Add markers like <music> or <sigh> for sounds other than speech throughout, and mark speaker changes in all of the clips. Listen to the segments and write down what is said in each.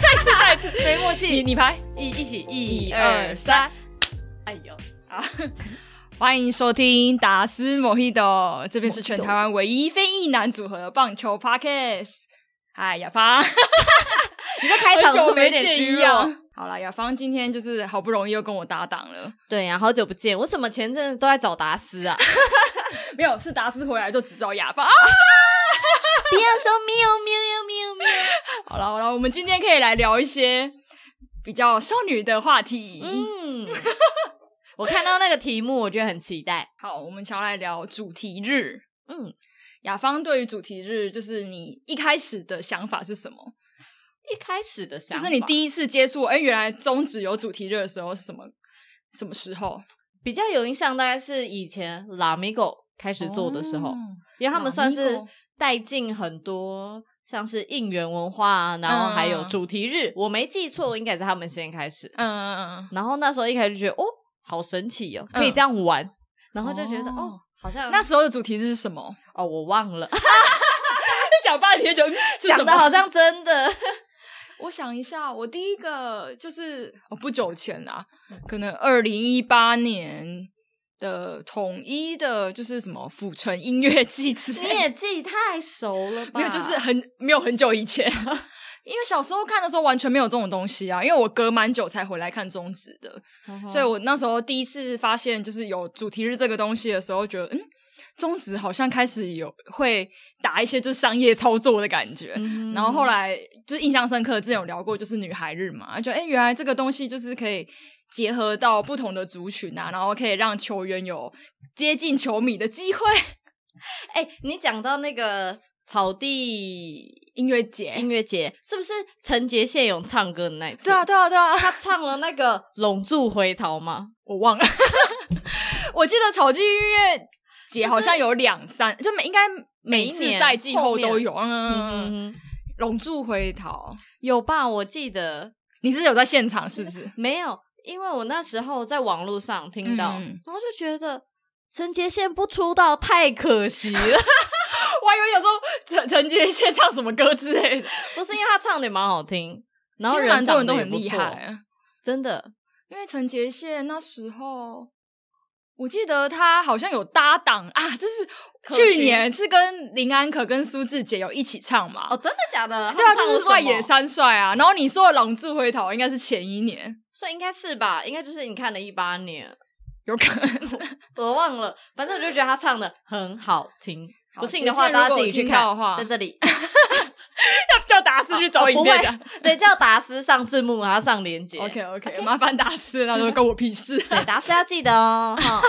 Speaker 1: 再一次，
Speaker 2: 没默
Speaker 1: 你
Speaker 2: 契，
Speaker 1: 你排
Speaker 2: 一一起，
Speaker 1: 一
Speaker 2: 一
Speaker 1: 二
Speaker 2: 二
Speaker 1: 三
Speaker 2: 三，哎呦，
Speaker 1: 啊！ <laughs> 欢迎收听达斯莫希斗，这边是全台湾唯一非裔男组合的棒球 podcast。嗨，雅 <laughs> 芳，
Speaker 2: 你在开场
Speaker 1: 很
Speaker 2: 是
Speaker 1: 久
Speaker 2: 不是有
Speaker 1: 没
Speaker 2: 点
Speaker 1: 见
Speaker 2: 虚
Speaker 1: 一
Speaker 2: 弱？
Speaker 1: 样。好了，雅芳今天就是好不容易又跟我搭档了，
Speaker 2: 对呀、好久不见，我怎么前阵子都在找达斯
Speaker 1: <laughs>
Speaker 2: 啊？
Speaker 1: 没有是达斯回来就只找雅芳。啊
Speaker 2: 不要说喵喵喵喵喵，
Speaker 1: <laughs> 好了好了，我们今天可以来聊一些比较少女的话题。
Speaker 2: 嗯，我看到那个题目，我觉得很期待。
Speaker 1: 好，我们想要来聊主题日。
Speaker 2: 嗯，
Speaker 1: 雅芳对于主题日，就是你一开始的想法是什么？
Speaker 2: 一开始的想
Speaker 1: 就
Speaker 2: 法，
Speaker 1: 是你第一次接触，哎、原来中指有主题日的时候是什么什么时候？
Speaker 2: 比较有印象，大概是以前 La Migo 开始做的时候，
Speaker 1: 哦
Speaker 2: 因为他们
Speaker 1: Lamigo
Speaker 2: 算是带进很多像是应援文化啊，然后还有
Speaker 1: 嗯
Speaker 2: 主题日，我没记错，应该是他们先开始。
Speaker 1: 嗯嗯嗯
Speaker 2: 然后那时候一开始就觉得哦，好神奇哦，
Speaker 1: 嗯
Speaker 2: 可以这样玩，然后就觉得
Speaker 1: 哦
Speaker 2: 哦好像
Speaker 1: 嗯，那时候的主题日是什么？
Speaker 2: 哦，我忘了，
Speaker 1: 讲半天就嗯是什
Speaker 2: 讲
Speaker 1: 么
Speaker 2: 的好像真
Speaker 1: <laughs>
Speaker 2: 的。
Speaker 1: 我想一下，我第一个就是哦不久前啊，可能二零一八年的统一的，就是什么府城音乐季之
Speaker 2: 你
Speaker 1: 类的，
Speaker 2: 也记太熟 <laughs> 了吧？
Speaker 1: 没有，就是很没有很久以 <laughs> 前。因为小时候看的时候完全没有这种东西啊，因为我隔蛮久才回来看中指的，所以我那时候第一次发现，就是有主题日这个东西的时候，觉得嗯，中职好像开始有会打一些就是商业操作的感觉。
Speaker 2: 嗯
Speaker 1: 然后后来就是印象深刻，之前有聊过就是女孩日嘛，就哎、诶原来这个东西就是可以结合到不同的族群啊，然后可以让球员有接近球迷的机会。 <laughs>
Speaker 2: 哎、你讲到那个草地
Speaker 1: 音乐节
Speaker 2: 音，乐节，是不是陈杰现勇唱歌的那一次？
Speaker 1: 对啊，对啊，对啊，
Speaker 2: 他唱了那个《拢住回逃》吗？
Speaker 1: 我忘了， <laughs> 我记得草地音乐节好像有两三，就每应该每一
Speaker 2: 每
Speaker 1: 次
Speaker 2: 年
Speaker 1: 赛季后
Speaker 2: 后面
Speaker 1: 都有，嗯嗯嗯。嗯
Speaker 2: 嗯，
Speaker 1: 龙柱回逃，
Speaker 2: 有吧？我记得
Speaker 1: 你是有在现场是不是？
Speaker 2: 没有，因为我那时候在网络上听到，
Speaker 1: 嗯
Speaker 2: 然后就觉得陈杰宪不出道太可惜了，
Speaker 1: <laughs>
Speaker 2: <laughs>
Speaker 1: 我还以为有时候陈陈杰现唱什么歌之类的，
Speaker 2: 不是因为他唱的也蛮好听，然后
Speaker 1: 其实
Speaker 2: 人
Speaker 1: 蛮多
Speaker 2: 长得
Speaker 1: 人都
Speaker 2: 也
Speaker 1: 很
Speaker 2: 不
Speaker 1: 厉
Speaker 2: 错，
Speaker 1: 害。啊
Speaker 2: 真的。
Speaker 1: 因为陈杰宪那时候，我记得他好像有搭档啊，就
Speaker 2: 可
Speaker 1: 是去
Speaker 2: 心
Speaker 1: 年是跟林安可跟苏志杰有一起唱嘛。
Speaker 2: 哦，真的假的？
Speaker 1: 对啊，
Speaker 2: 他们唱
Speaker 1: 就
Speaker 2: 了
Speaker 1: 是外
Speaker 2: 什么
Speaker 1: 野三帅啊。然后你说的朗智回逃应该是前一年，
Speaker 2: 所以应该是吧？应该就是你看了一八年，
Speaker 1: 有可能。
Speaker 2: 我忘了，反正我就觉得他唱的很好听。
Speaker 1: 好
Speaker 2: 不信的话，
Speaker 1: 杰宪
Speaker 2: 大
Speaker 1: 如
Speaker 2: 家
Speaker 1: 果
Speaker 2: 自己去
Speaker 1: 有听到的
Speaker 2: 看
Speaker 1: 话，
Speaker 2: 在这里 <laughs>
Speaker 1: 要叫达斯去找
Speaker 2: 哦
Speaker 1: 影
Speaker 2: 不
Speaker 1: 片
Speaker 2: 会
Speaker 1: 的。
Speaker 2: 对叫达斯上字幕，然后上连接。
Speaker 1: OK OK，麻烦达斯，那就跟我屁事。 <laughs>
Speaker 2: 对达斯要记得哦。哈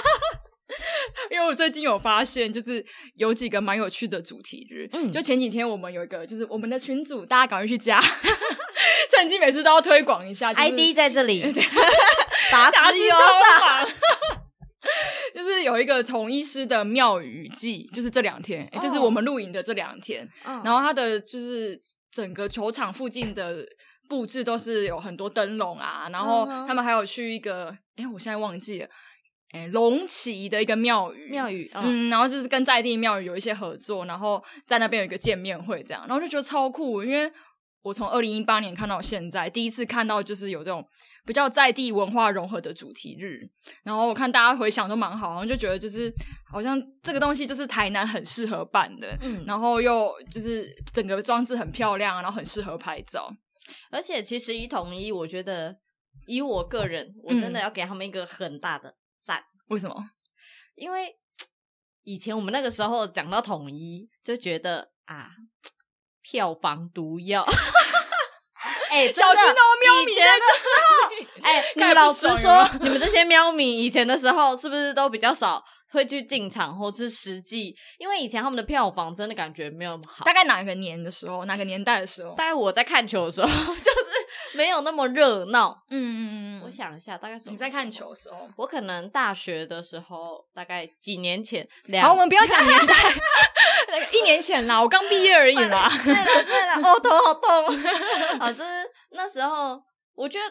Speaker 1: 因为我最近有发现，就是有几个蛮有趣的主题日。
Speaker 2: 嗯
Speaker 1: 就前几天我们有一个，就是我们的群组，大家赶快去加。 <laughs> 趁机每次都要推广一下、就是、
Speaker 2: ID 在这 <laughs> 里，达
Speaker 1: 达
Speaker 2: 斯
Speaker 1: 斯
Speaker 2: 优
Speaker 1: 超
Speaker 2: 上。
Speaker 1: 榜。 <laughs> 就是有一个同一师的妙语季，就是这两天，诶就是
Speaker 2: 哦
Speaker 1: 我们录影的这两天。
Speaker 2: 嗯
Speaker 1: 然后它的就是整个球场附近的布置都是有很多灯笼啊，然后
Speaker 2: 嗯哼
Speaker 1: 他们还有去一个，哎、我现在忘记了，哎、龙旗的一个庙宇，
Speaker 2: 妙语，嗯，
Speaker 1: 嗯，然后就是跟在地庙宇有一些合作，然后在那边有一个见面会，这样，然后就觉得超酷，因为我从二零一八年看到现在，第一次看到就是有这种比较在地文化融合的主题日，然后我看大家回想都蛮好，然后就觉得就是好像这个东西就是台南很适合办的，
Speaker 2: 嗯
Speaker 1: 然后又就是整个装置很漂亮，然后很适合拍照，
Speaker 2: 而且其实一统一，我觉得以我个人，我真的要给他们一个很大的赞，
Speaker 1: 为什么？
Speaker 2: 因为以前我们那个时候讲到统一，就觉得啊，票房毒药。 <laughs> 哎、真
Speaker 1: 小
Speaker 2: 的
Speaker 1: 心哦，喵咪
Speaker 2: 以前的时候，哎、你们
Speaker 1: 看
Speaker 2: 老
Speaker 1: 不
Speaker 2: 实
Speaker 1: 爽有
Speaker 2: 说，你们这些喵迷以前的时候，是不是都比较少会去进场或是实际？因为以前他们的票房真的感觉没有那么好。
Speaker 1: 大概哪个年的时候，哪个年代的时候？
Speaker 2: <laughs> 大概我在看球的时候，就是没有那么热闹。
Speaker 1: 嗯嗯嗯嗯，
Speaker 2: 我想一下，大概是
Speaker 1: 你在看球的，时候，
Speaker 2: 我可能大学的时候，大概几年前，
Speaker 1: 好，
Speaker 2: 两
Speaker 1: 我们不要讲
Speaker 2: <laughs>
Speaker 1: 年代，那个一年前啦，我刚毕业而已啦。
Speaker 2: 对了对
Speaker 1: <laughs>
Speaker 2: 了，哦，头好痛。哦老师那时候，我觉得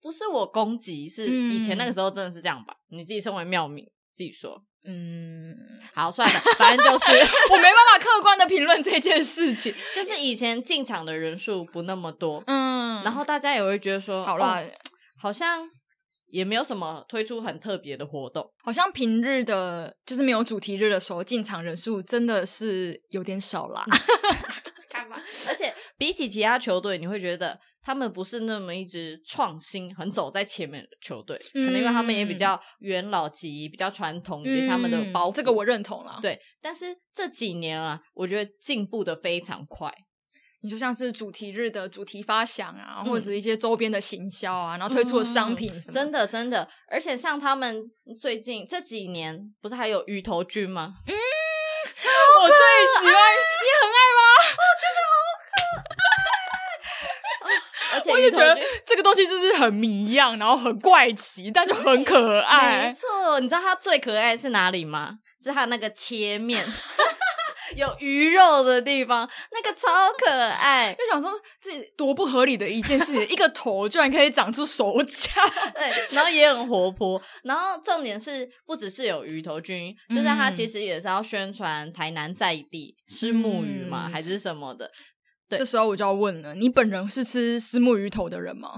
Speaker 2: 不是我攻击，是
Speaker 1: 嗯
Speaker 2: 以前那个时候真的是这样吧？你自己身为妙敏，自己说。
Speaker 1: 嗯，
Speaker 2: 好，算了，反正就是 <laughs>
Speaker 1: 我没办法客观的评论这件事情。
Speaker 2: 就是以前进场的人数不那么多，
Speaker 1: 嗯，
Speaker 2: 然后大家也会觉得说，
Speaker 1: 好啦
Speaker 2: 哦，好像也没有什么推出很特别的活动。
Speaker 1: 好像平日的，就是没有主题日的时候，进场人数真的是有点少啦。
Speaker 2: 嗯干 <laughs> 嘛？而且比起其他球队，你会觉得他们不是那么一支创新、很走在前面的球队，可能因为他们也比较元老级、比较传统，也是他们的包袱。
Speaker 1: 嗯这个我认同啦。
Speaker 2: 对，但是这几年啊，我觉得进步的非常快。
Speaker 1: 你就像是主题日的主题发想啊，
Speaker 2: 嗯
Speaker 1: 或者是一些周边的行销啊，然后推出的商品什么，
Speaker 2: 真的真的，而且像他们最近这几年，不是还有鱼头菌吗？
Speaker 1: 我最喜欢。
Speaker 2: 而且 <laughs>
Speaker 1: 我
Speaker 2: 鱼
Speaker 1: 也
Speaker 2: 头
Speaker 1: 觉得
Speaker 2: 菌
Speaker 1: 这个东西就是很迷一样，然后很怪奇，但就很可
Speaker 2: 没
Speaker 1: 爱。
Speaker 2: 错，你知道它最可爱是哪里吗？是它那个切 <laughs> 面，有鱼肉的地方，那个超可爱。
Speaker 1: 就想说，这多不合理的一件事，一个头居然可以长出手脚。
Speaker 2: 对，然后也很活泼。然后重点是，不只是有鱼头菌，就是它
Speaker 1: 嗯
Speaker 2: 其实也是要宣传台南在地吃木鱼嘛，
Speaker 1: 嗯
Speaker 2: 还是什么的。对
Speaker 1: 这时候我就要问了，你本人是吃石目鱼头的人吗？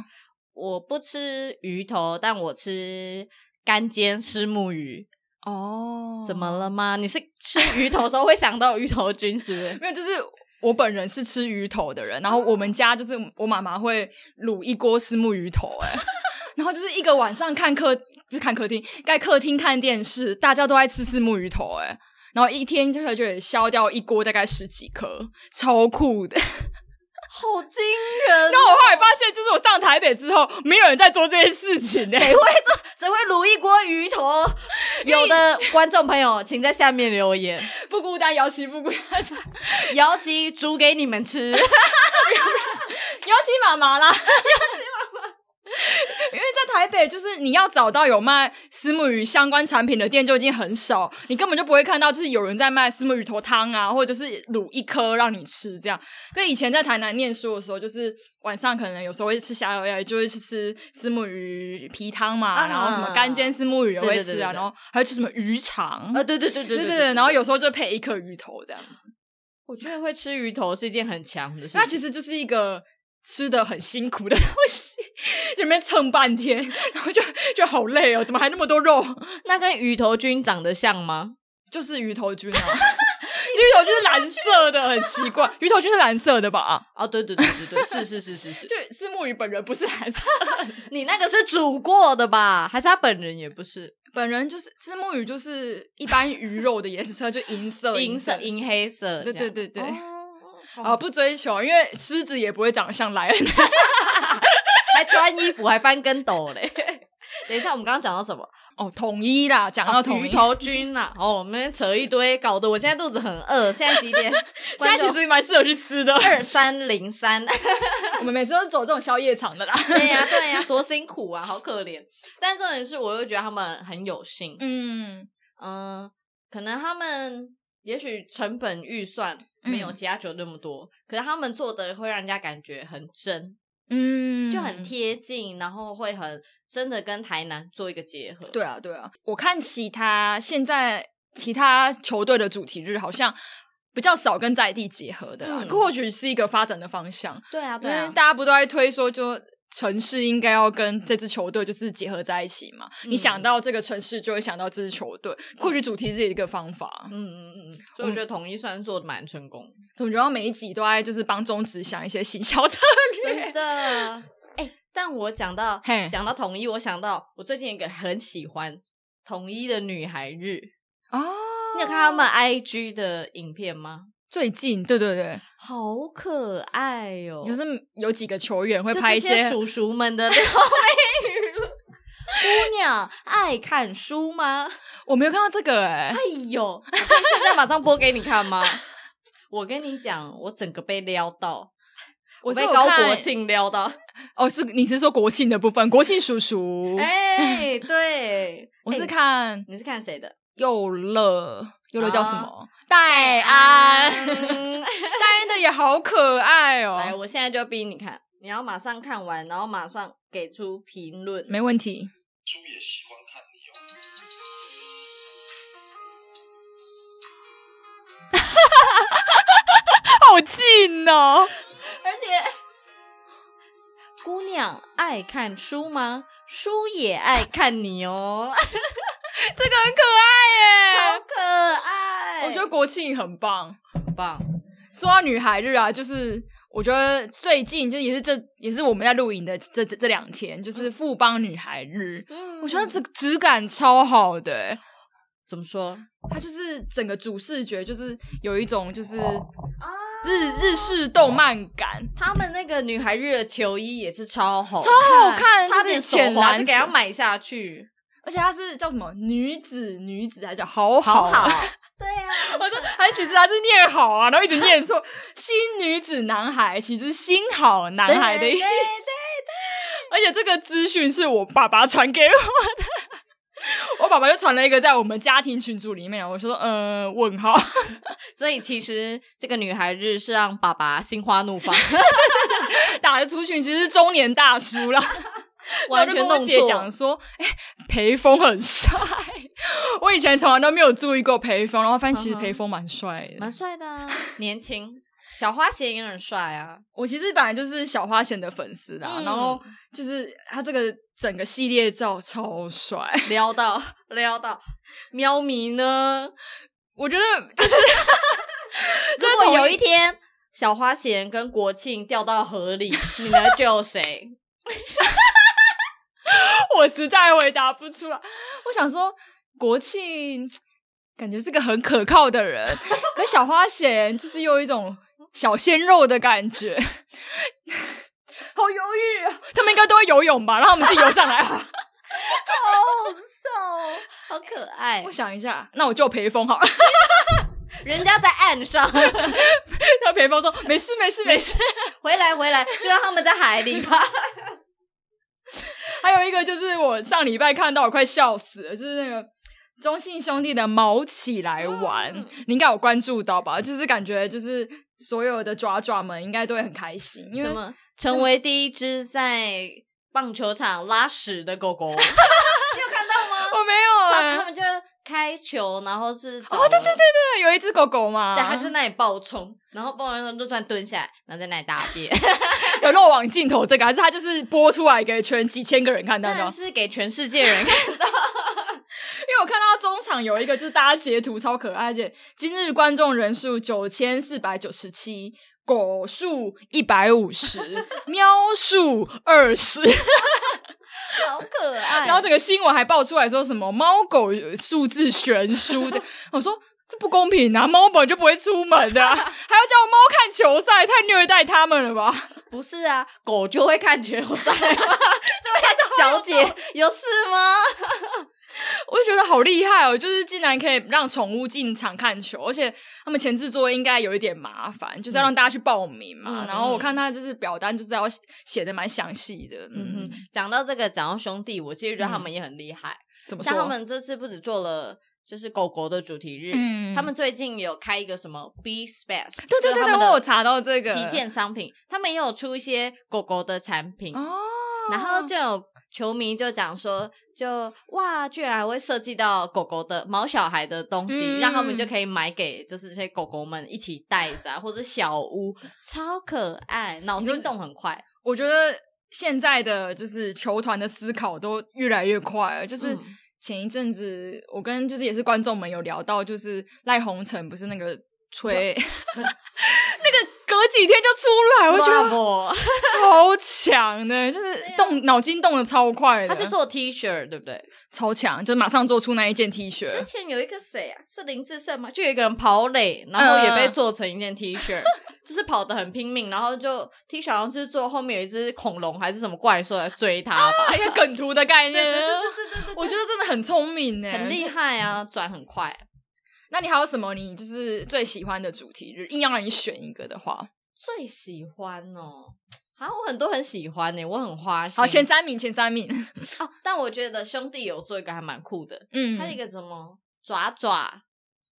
Speaker 2: 我不吃鱼头，但我吃干煎虱目鱼。
Speaker 1: 哦
Speaker 2: 怎么？了吗？你是吃鱼头的时候会想到鱼头菌是不是？
Speaker 1: 没有，就是我本人是吃鱼头的人，然后我们家就是我妈妈会卤一锅丝木鱼头、哎， <laughs> 然后就是一个晚上看客不是看客厅，在客厅看电视，大家都在吃丝木鱼头、哎。然后一天就是就得消掉一锅大概十几颗，超酷的。 <laughs>
Speaker 2: 好惊人
Speaker 1: 然！后我后来发现，就是我上台北之后，没有人在做这件事情呢、哎
Speaker 2: 谁
Speaker 1: <laughs>
Speaker 2: 会做？谁会卤一锅鱼头？有的观众朋友，请在下面留言， <laughs>
Speaker 1: 不孤单，摇旗不孤单，摇
Speaker 2: 姚琪煮给你们吃。 <laughs>
Speaker 1: 旗妈妈啦，摇旗 <laughs> 妈妈。因为在台北，就是你要找到有卖丝木鱼相关产品的店就已经很少，你根本就不会看到就是有人在卖丝木鱼头汤啊，或者就是卤一颗让你吃这样。跟以前在台南念书的时候，就是晚上可能有时候会吃虾油鸭，就会去吃丝木鱼皮汤嘛，
Speaker 2: 啊
Speaker 1: 然后什么干煎丝木鱼也会
Speaker 2: 对
Speaker 1: 吃
Speaker 2: 对对
Speaker 1: 啊，
Speaker 2: 对对
Speaker 1: 然后还会吃什么鱼肠，
Speaker 2: 啊，对对对对
Speaker 1: 呃对
Speaker 2: 对
Speaker 1: 对对，然后有时候就配一颗鱼头这样子。
Speaker 2: 我觉得会吃鱼头是一件很强的事
Speaker 1: 那
Speaker 2: 情。
Speaker 1: 其实就是一个吃的很辛苦的东 <laughs> 西，就面蹭半天，然后就就好累哦，怎么还那么多肉？ <laughs>
Speaker 2: 那跟鱼头菌长得像吗？
Speaker 1: 就是鱼头 <laughs> 菌啊，鱼头菌是蓝色的，很奇怪，鱼头菌是蓝色的吧？
Speaker 2: 哦，对对对对对，是是是是是。<laughs>
Speaker 1: <laughs> 就思慕鱼本人不是蓝色，
Speaker 2: 你那个是煮过的吧？还是他本人也不是？
Speaker 1: <laughs> 本人就是思慕鱼，就是一般鱼肉的颜色，就银色，
Speaker 2: 银色、。银黑色这
Speaker 1: 对
Speaker 2: 样。
Speaker 1: 对对对
Speaker 2: 哦
Speaker 1: 啊，不追求，因为狮子也不会长得像莱恩。
Speaker 2: 还穿衣服，还翻跟斗嘞。等一下，我们刚刚讲到什么？
Speaker 1: <laughs>
Speaker 2: 哦
Speaker 1: 哦，统一啦，讲到统
Speaker 2: 鱼
Speaker 1: 一，
Speaker 2: 头菌呐、哦，我们扯一堆，搞得我现在肚子很饿。 <laughs> 现在几点？
Speaker 1: 现在其实蛮适合去吃的。 <laughs>
Speaker 2: 二三零三。 <laughs>
Speaker 1: 我们每次都是走这种宵夜场的啦。 <laughs>
Speaker 2: 对呀、对呀、多辛苦啊，好可怜。但重点是，我又觉得他们很有幸。
Speaker 1: 嗯，
Speaker 2: 嗯、可能他们也许成本预算没有
Speaker 1: 嗯
Speaker 2: 其他球队那么多，可是他们做的会让人家感觉很真，
Speaker 1: 嗯，
Speaker 2: 就很。贴近，然后会很真的跟台南做一个结合。
Speaker 1: 对啊，对啊，我看其他现在其他球队的主题日好像比较少跟在地结合的啦，
Speaker 2: 嗯
Speaker 1: 或许是一个发展的方向，
Speaker 2: 对啊，对
Speaker 1: 因为
Speaker 2: 啊。
Speaker 1: 大家不都在推说就。城市应该要跟这支球队就是结合在一起嘛？
Speaker 2: 嗯
Speaker 1: 你想到这个城市，就会想到这支球队。或许主题是一个方法，啊
Speaker 2: 嗯嗯嗯，所以我觉得统一算做的蛮成功， <laughs>
Speaker 1: 总觉得每一集都在就是帮中职想一些行销策
Speaker 2: 真
Speaker 1: 略。
Speaker 2: 的。哎、但我讲到
Speaker 1: 嘿
Speaker 2: 讲到统一，我想到我最近有一个很喜欢统一的女孩日，
Speaker 1: 哦，
Speaker 2: 你有看他们 IG 的影片吗？
Speaker 1: <laughs> 最近对对对，
Speaker 2: 好可爱哦哟、
Speaker 1: 就是有几个球员会
Speaker 2: 就
Speaker 1: 拍一
Speaker 2: 这些
Speaker 1: 些
Speaker 2: 叔叔们的撩妹 <laughs> 语录。姑娘爱看书吗？
Speaker 1: 我没有看到这个哎、
Speaker 2: 哎呦， <laughs> 我可以 <laughs> 现在马上播给你看吗？我跟你讲，我整个被撩到，
Speaker 1: 我是
Speaker 2: 被
Speaker 1: 有
Speaker 2: 高国
Speaker 1: 看
Speaker 2: 庆撩 <laughs> 到，
Speaker 1: 哦，是你是说国庆的部分？国庆叔叔，
Speaker 2: 哎， <laughs> 对，
Speaker 1: 我是
Speaker 2: 哎
Speaker 1: 看
Speaker 2: 你是看谁的？
Speaker 1: 佑乐，佑乐叫什
Speaker 2: 啊
Speaker 1: 么？戴安，
Speaker 2: <laughs>
Speaker 1: 戴安的也好可爱
Speaker 2: 来，
Speaker 1: 哦。
Speaker 2: 我现在就逼你看，你要马上看完，然后马上给出评论。
Speaker 1: 没问题，
Speaker 3: 猪也喜欢看你哦。
Speaker 1: 好近哦。
Speaker 2: 而且，姑娘爱看书吗？书也爱看你哦，
Speaker 1: 这个很可爱
Speaker 2: 超
Speaker 1: 耶。
Speaker 2: 可爱。
Speaker 1: 我觉得国庆很棒。
Speaker 2: 很棒。
Speaker 1: 说到女孩日啊，就是我觉得最近就也是这也是我们在录影的这这这两天，就是富邦女孩日，
Speaker 2: 嗯
Speaker 1: 我觉得这个质感超好的欸、
Speaker 2: 怎么说
Speaker 1: 它就是整个主视觉就是有一种就是
Speaker 2: 啊？
Speaker 1: 日日式动漫感，
Speaker 2: 他们那个女孩日的球衣也是超好看，
Speaker 1: 超好看
Speaker 2: 差
Speaker 1: 就是
Speaker 2: 点手
Speaker 1: 浅
Speaker 2: 滑
Speaker 1: 蓝
Speaker 2: 就
Speaker 1: 色
Speaker 2: 给它买下去，
Speaker 1: 而且它是叫什么女子女子还叫好
Speaker 2: 好
Speaker 1: 好。
Speaker 2: 好。
Speaker 1: <laughs>
Speaker 2: 对啊，
Speaker 1: 我说，还其实还是念好啊，然后一直念错。新女子男孩其实是新好男孩的意
Speaker 2: 对
Speaker 1: 思。而且这个资讯是我爸爸传给我的，我爸爸就传了一个在我们家庭群组里面，我说呃问号，
Speaker 2: 所以其实这个女孩日是让爸爸心花怒
Speaker 1: <laughs>
Speaker 2: 放， <laughs>
Speaker 1: 打了出去，其实是中年大叔啦。
Speaker 2: 完全
Speaker 1: 我
Speaker 2: 弄
Speaker 1: 就跟我姐
Speaker 2: 错
Speaker 1: 讲。说，哎、裴峰很帅，我以前从来都没有注意过裴峰，然后发现其实
Speaker 2: 嗯哼
Speaker 1: 裴峰蛮帅的。
Speaker 2: 蛮帅的、啊，年轻。小花鞋也很帅啊，
Speaker 1: 我其实本来就是小花贤的粉丝啦，
Speaker 2: 嗯
Speaker 1: 然后就是他这个整个系列照超帅，
Speaker 2: 撩到撩到，喵咪呢？
Speaker 1: 我觉得
Speaker 2: <laughs>
Speaker 1: 就是
Speaker 2: 如
Speaker 1: 真
Speaker 2: 果
Speaker 1: 的
Speaker 2: 有
Speaker 1: 有
Speaker 2: 一
Speaker 1: 一
Speaker 2: 天小花贤跟国庆掉到河里， <laughs> 你能救谁？
Speaker 1: 我实在回答不出来。我想说，国庆感觉是个很可靠的人，可小花贤就是又有一种小鲜肉的感觉， <laughs> 好犹豫啊！他们应该都会游泳吧？让他们自己游上来 <laughs> 好了。
Speaker 2: 哦，好可爱
Speaker 1: 我，想一下，那我就裴峰好了。 <laughs>
Speaker 2: 人家在岸上， <laughs>
Speaker 1: 那裴峰说：“没事，没事，没事。”
Speaker 2: 回来回来，就让他们在海里 <laughs> 吧。
Speaker 1: 还有一个就是我上礼拜看到，我快笑死了，就是那个中信兄弟的毛起来玩，
Speaker 2: 嗯
Speaker 1: 你应该有关注到吧？就是感觉就是所有的爪爪们应该都会很开心，因
Speaker 2: 什
Speaker 1: 为
Speaker 2: 么？成为第一只在棒球场拉屎的狗 <laughs> 狗？你有看到吗？
Speaker 1: 我没有哎、
Speaker 2: 他们就开球，然后是哦，
Speaker 1: 哦，对对对对，有一只狗狗嘛，
Speaker 2: 对，他就在那里暴冲，然后暴完冲就突然蹲下来，然后在那里大便， <laughs>
Speaker 1: 有漏网镜头这个，还是它就是播出来给全几千个人看到的
Speaker 2: 但？是给全世界人看。
Speaker 1: 因为我看到中场有一个就是大家截图超可爱，而且今日观众人数九千四百九十七。狗数一百五十， <laughs> 喵数二十，
Speaker 2: <laughs> 好可爱
Speaker 1: 然后这个新闻还爆出来说什么猫狗数字悬殊，这 <laughs> 我说这不公平啊！猫本来就不会出门的啊、 <laughs> 还要叫猫看球赛，太虐待它们了吧？ <laughs>
Speaker 2: <laughs> 不是啊，狗就会看球赛 <laughs> 吗？这位小姐有事吗？
Speaker 1: 我就觉得好厉害哦，就是竟然可以让宠物进场看球，而且他们前置作业应该有一点麻烦，就是要让大家去报名嘛。
Speaker 2: 嗯
Speaker 1: 然后我看他就是表单，就是要写的蛮详细的，
Speaker 2: 嗯
Speaker 1: 嗯，
Speaker 2: 哼，讲到这个，讲到兄弟，我其实觉得他们也很厉害，
Speaker 1: 怎么说？
Speaker 2: 像他们这次不止做了就是狗狗的主题日，
Speaker 1: 嗯
Speaker 2: 他们最近有开一个什么 B Space，
Speaker 1: 对对对对，我有查到这个
Speaker 2: 旗舰商品，他们也有出一些狗狗的产品，
Speaker 1: 哦，
Speaker 2: 然后就有球迷就讲说，就哇，居然还会设计到狗狗的毛小孩的东西，
Speaker 1: 嗯
Speaker 2: 让他们就可以买给就是这些狗狗们一起带着啊，或者小屋，超可爱，脑筋动很快。
Speaker 1: 我觉得现在的就是球团的思考都越来越快了，就是
Speaker 2: 嗯
Speaker 1: 前一阵子我跟就是也是观众们有聊到，就是赖鸿成不是那个吹， <laughs> 那个隔几天就出来，我觉得
Speaker 2: 哇不
Speaker 1: 超强的，就是动脑筋动的超快
Speaker 2: 他
Speaker 1: 的，
Speaker 2: 是做 T 恤，对不对？
Speaker 1: 超强，就马上做出那一件 T 恤，
Speaker 2: 之前有一个谁啊？是林志胜吗？就有一个人跑垒，然后也被做成一件 T 恤，就是跑得很拼命，然后就 T 恤好像是做后面有一只恐龙还是什么怪兽来追他吧。
Speaker 1: 一个梗图的概
Speaker 2: 对
Speaker 1: 念
Speaker 2: 对。对对对对，
Speaker 1: 我觉得真的很聪明呢，
Speaker 2: <laughs> 很厉。害啊，转很快。
Speaker 1: 那你还有什么你就是最喜欢的主题日？硬要让你选一个的话，
Speaker 2: 最喜欢哦，啊，我很多很喜欢呢、我很花心。
Speaker 1: 好，前三名，前三名。
Speaker 2: 哦，但我觉得兄弟有做一个还蛮酷的，
Speaker 1: 嗯，
Speaker 2: 它有一个什么爪爪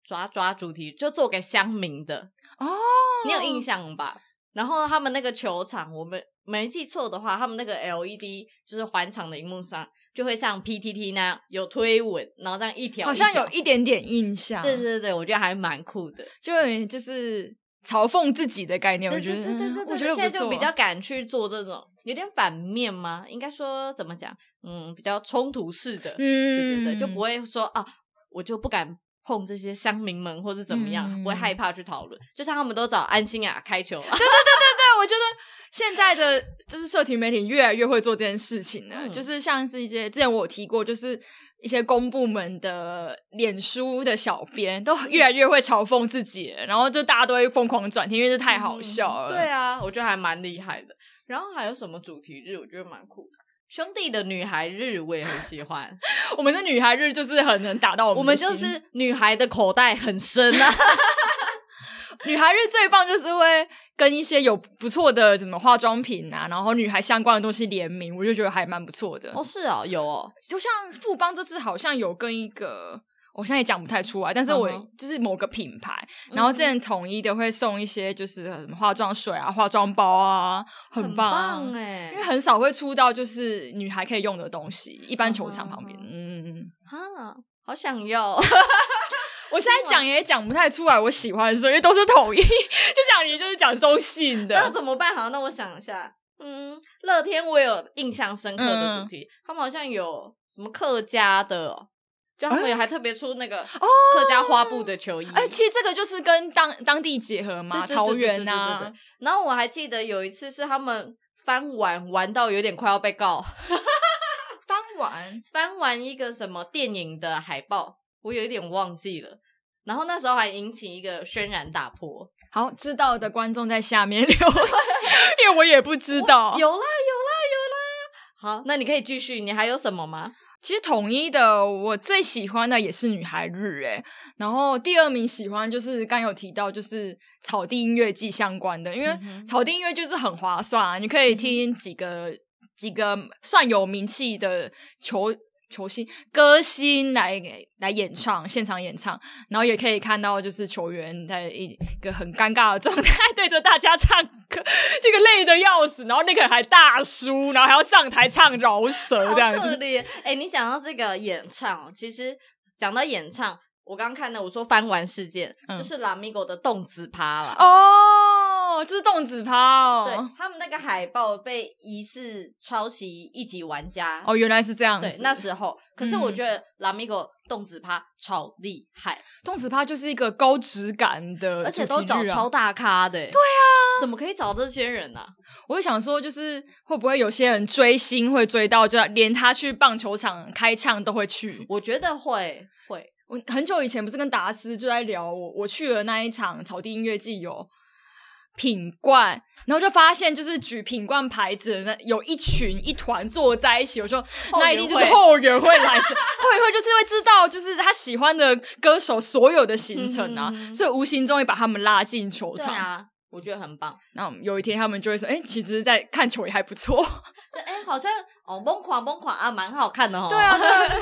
Speaker 2: 爪爪主题，就做给乡民的，
Speaker 1: 哦，
Speaker 2: 你有印象吧？然后他们那个球场，我们没记错的话，他们那个 LED 就是环场的荧幕上，就会像 PTT 那样有推文，然后这样一条，
Speaker 1: 好像
Speaker 2: 条
Speaker 1: 有一点点印象，
Speaker 2: 对对对对，我觉得还蛮酷的。
Speaker 1: 就有点就是嘲讽自己的概念，我
Speaker 2: 对
Speaker 1: 觉
Speaker 2: 对对
Speaker 1: 得，
Speaker 2: 对对，
Speaker 1: 我觉得
Speaker 2: 现在
Speaker 1: 不
Speaker 2: 就
Speaker 1: 错
Speaker 2: 比较敢去做这种有点反面吗？应该说怎么讲？嗯，比较冲突式的，对
Speaker 1: 嗯，
Speaker 2: 对对，就不会说啊，我就不敢碰这些乡民们，或是怎么样，
Speaker 1: 嗯
Speaker 2: 不会害怕去讨论。就像他们都找安心啊开球啊，
Speaker 1: 对，我觉得现在的就是社群媒体越来越会做这件事情了，
Speaker 2: 嗯
Speaker 1: 就是像是一些之前我有提过，就是一些公部门的脸书的小编都
Speaker 2: 嗯
Speaker 1: 越来越会嘲讽自己了，然后就大家都会疯狂转贴，因为这太好笑
Speaker 2: 嗯
Speaker 1: 了。
Speaker 2: 对啊，我觉得还蛮厉害的。然后还有什么主题日，我觉得蛮酷的。兄弟的女孩日我也很喜欢，
Speaker 1: 我们这女孩日就是很能打 <laughs> 到我
Speaker 2: 我
Speaker 1: 们
Speaker 2: 们
Speaker 1: 的心，
Speaker 2: 就是女孩的口袋很深
Speaker 1: <laughs>
Speaker 2: 啊，
Speaker 1: 女孩日最棒，就是会跟一些有不错的什么化妆品啊，然后女孩相关的东西联名，我就觉得还蛮不错的。
Speaker 2: 哦是哦有哦，
Speaker 1: 就像富邦这次好像有跟一个，我现在也讲不太出来，但是我
Speaker 2: 嗯哼嗯
Speaker 1: 就是某个品牌，然后之前统一的会送一些就是什么化妆水啊、化妆包啊，很棒啊，
Speaker 2: 棒哎、
Speaker 1: 因为很少会出到就是女孩可以用的东西，一般球场旁边，
Speaker 2: 嗯哼
Speaker 1: 嗯嗯嗯。
Speaker 2: 啊，好想要。
Speaker 1: 我现在讲也讲不太出来，我喜欢的时候，因为都是统一，就 <laughs> 像你就是讲中性
Speaker 2: 那
Speaker 1: 的，
Speaker 2: 怎么办？好，那我想一下。嗯，乐天我有印象深刻的主题，他们好像有什么客家的哦，就他们有还特别出那个客家花布的球衣。
Speaker 1: 哎、其实这个就是跟当当地结合
Speaker 2: 嗯对
Speaker 1: 嘛，
Speaker 2: 对对
Speaker 1: 桃
Speaker 2: 对对
Speaker 1: 园
Speaker 2: 对对
Speaker 1: 啊
Speaker 2: 对，然后我还记得有一次是他们翻玩玩到有点快要被告， <laughs>
Speaker 1: 当晚
Speaker 2: 翻完一个什么电影的海报，我有一点忘记了。然后那时候还引起一个轩然大波，
Speaker 1: 好，知道的观众在下面
Speaker 2: <laughs>
Speaker 1: 留言，因为我也不知道。
Speaker 2: 有啦有啦有啦。好，那你可以继续，你还有什么吗？
Speaker 1: 其实统一的，我最喜欢的也是女孩日、欸，然后第二名喜欢就是刚有提到，就是草地音乐季相关的，因为
Speaker 2: 嗯哼
Speaker 1: 草地音乐就是很划算啊，你可以听几个、几个算有名气的球球星歌星来来演唱，现场演唱，然后也可以看到就是球员在一个很尴尬的状态对着大家唱歌，这个累的要死，然后那个人还大叔，然后还要上台唱饶舌
Speaker 2: 好
Speaker 1: 这样
Speaker 2: <laughs>
Speaker 1: 子，
Speaker 2: 可怜。哎、你讲到这个演唱哦，其实讲到演唱，我刚看的，我说翻玩事件，
Speaker 1: 嗯
Speaker 2: 就是拉米狗的动子趴啦。
Speaker 1: 哦，就是动子
Speaker 2: <laughs>
Speaker 1: 趴
Speaker 2: 对
Speaker 1: 哦。
Speaker 2: 他们那个海报被疑似抄袭一级玩家。
Speaker 1: 哦，原来是这样子。
Speaker 2: 对，那时候，可是我
Speaker 1: 嗯
Speaker 2: 觉得拉米狗动子趴超厉害，
Speaker 1: 动子趴就是一个高质感的、
Speaker 2: 而且都找
Speaker 1: 啊
Speaker 2: 超。大咖的、对啊，怎么可以找这些人呢、啊？
Speaker 1: 我就想说，就是会不会有些人追星会追到，就连他去棒球场开唱都会去。
Speaker 2: 我觉得会会，
Speaker 1: 我很久以前不是跟达斯就在聊我，我去了那一场草地音乐季有品冠，然后就发现就是举品冠牌子的那有一群一团坐在一起，我说
Speaker 2: 后援
Speaker 1: 那
Speaker 2: 会
Speaker 1: 一定就是后援会来着，后援会就是会知道就是他喜欢的歌手所有的行程啊，
Speaker 2: 嗯
Speaker 1: 所以无形中也把他们拉进球
Speaker 2: 对
Speaker 1: 场。
Speaker 2: 啊，我觉得很棒。
Speaker 1: 那、有一天他们就会说，哎、其实，在看球也还不错。
Speaker 2: 就哎、好像哦，崩垮崩垮啊，蛮好看的哦。<laughs>
Speaker 1: 对啊对啊对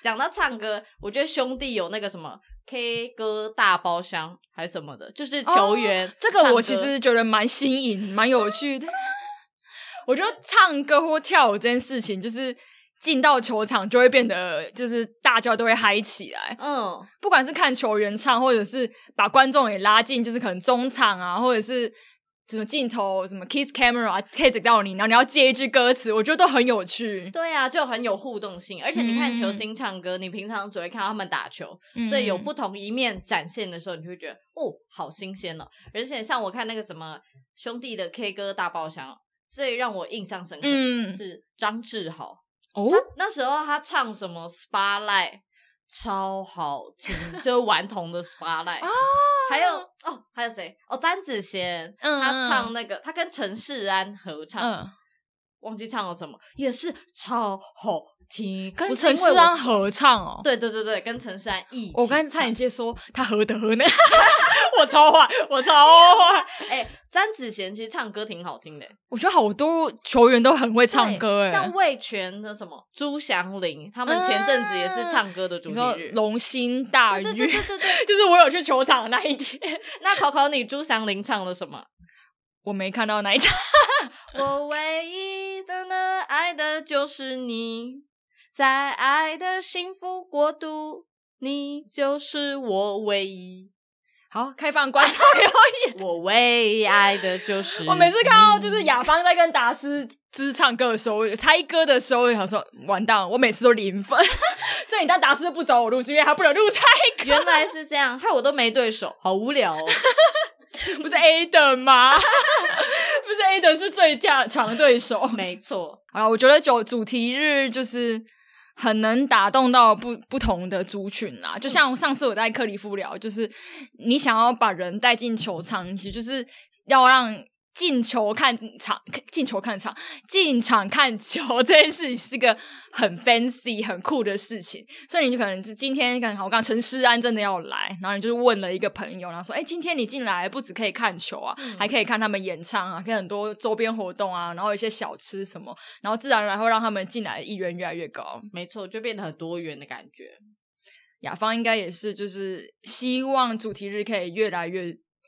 Speaker 2: 讲到唱歌，我觉得兄弟有那个什么 K 歌大包厢还是什么的，就是球员、
Speaker 1: 哦这个我其实觉得蛮新颖、蛮有趣的。我觉得唱歌或跳舞这件事情，就是进到球场就会变得，就是大家都会嗨起来。
Speaker 2: 嗯，
Speaker 1: 不管是看球员唱，或者是把观众也拉进，就是可能中场啊，或者是什么镜头、什么 kiss camera 啊 take 到你，然后你要接一句歌词，我觉得都很有趣。
Speaker 2: 对啊，就很有互动性。而且你看
Speaker 1: 嗯
Speaker 2: 球星唱歌，你平常只会看到他们打球，
Speaker 1: 嗯
Speaker 2: 所以有不同一面展现的时候，你就会觉得哦，好新鲜哦。而且像我看那个什么兄弟的 K 歌大包厢，最让我印象深刻、
Speaker 1: 嗯
Speaker 2: 是张志豪。
Speaker 1: 哦
Speaker 2: 他那时候他唱什么《Spotlight》超好听，就是顽童的《Spotlight》
Speaker 1: <laughs> 啊
Speaker 2: 还有哦，还有谁？哦，詹子贤，
Speaker 1: 嗯
Speaker 2: 他唱那个，他跟陈势安合唱，
Speaker 1: 嗯
Speaker 2: 忘记唱了什么，也是超好听，
Speaker 1: 跟
Speaker 2: 不是
Speaker 1: 陈
Speaker 2: 因为
Speaker 1: 世
Speaker 2: 我
Speaker 1: 安
Speaker 2: 是。
Speaker 1: 合唱哦。
Speaker 2: 对对对对，跟陈珊一起唱。
Speaker 1: 我刚才差点接说他何德何能， <laughs> 我超坏，我超坏。
Speaker 2: 哎、詹子贤其实唱歌挺好听的，
Speaker 1: 我觉得好多球员都很会 <laughs> 唱歌
Speaker 2: 对像
Speaker 1: 哎。
Speaker 2: 魏全的什么朱祥林，他们前阵子也是唱歌的主
Speaker 1: 啊你
Speaker 2: 题
Speaker 1: 说
Speaker 2: 日。
Speaker 1: 龙心大
Speaker 2: 对对对
Speaker 1: 悦，
Speaker 2: 对对对。
Speaker 1: <laughs> 就是我有去球场的那一天，
Speaker 2: 那考考你，朱祥林唱了什么？
Speaker 1: 我没看到哪一场。
Speaker 2: <laughs> 我唯一的呢，爱的就是你，在爱的幸福国度，你就是我唯一，
Speaker 1: 好，开
Speaker 2: <laughs>
Speaker 1: 放观众留言。
Speaker 2: 我唯一爱的
Speaker 1: <laughs>
Speaker 2: 就是你。
Speaker 1: 我每次看到就是雅芳在跟达斯就是唱歌的时候，我就猜歌的时候，我就想说完蛋了，我每次都零分。 <laughs> 所以你当达斯不走我路，是因为他不能入猜歌， <laughs>
Speaker 2: 原来是这样，害我都没对手，好无聊哦。 <laughs>
Speaker 1: 不是 A 等吗？ <laughs> 不是 A 等是最强强对手。
Speaker 2: 没错，
Speaker 1: 好了，我觉得主主题日就是很能打动到不不同的族群啦。就像上次我在克里夫聊，就是你想要把人带进球场，其实就是要让进球看场、进球看场、进场看球 <laughs> 这件事情是个很 fancy、很酷的事情。所以你就可能就今天可能好我刚陈诗安真的要来，然后你就问了一个朋友，然后说：“哎、今天你进来不只可以看球啊，还可以看他们演唱啊，跟很多周边活动啊，然后一些小吃什么，然后自然而然会让他们进来的意愿越来越高。
Speaker 2: 没错，就变得很多元的感觉。
Speaker 1: 雅芳应该也是，就是希望主题日可以越来越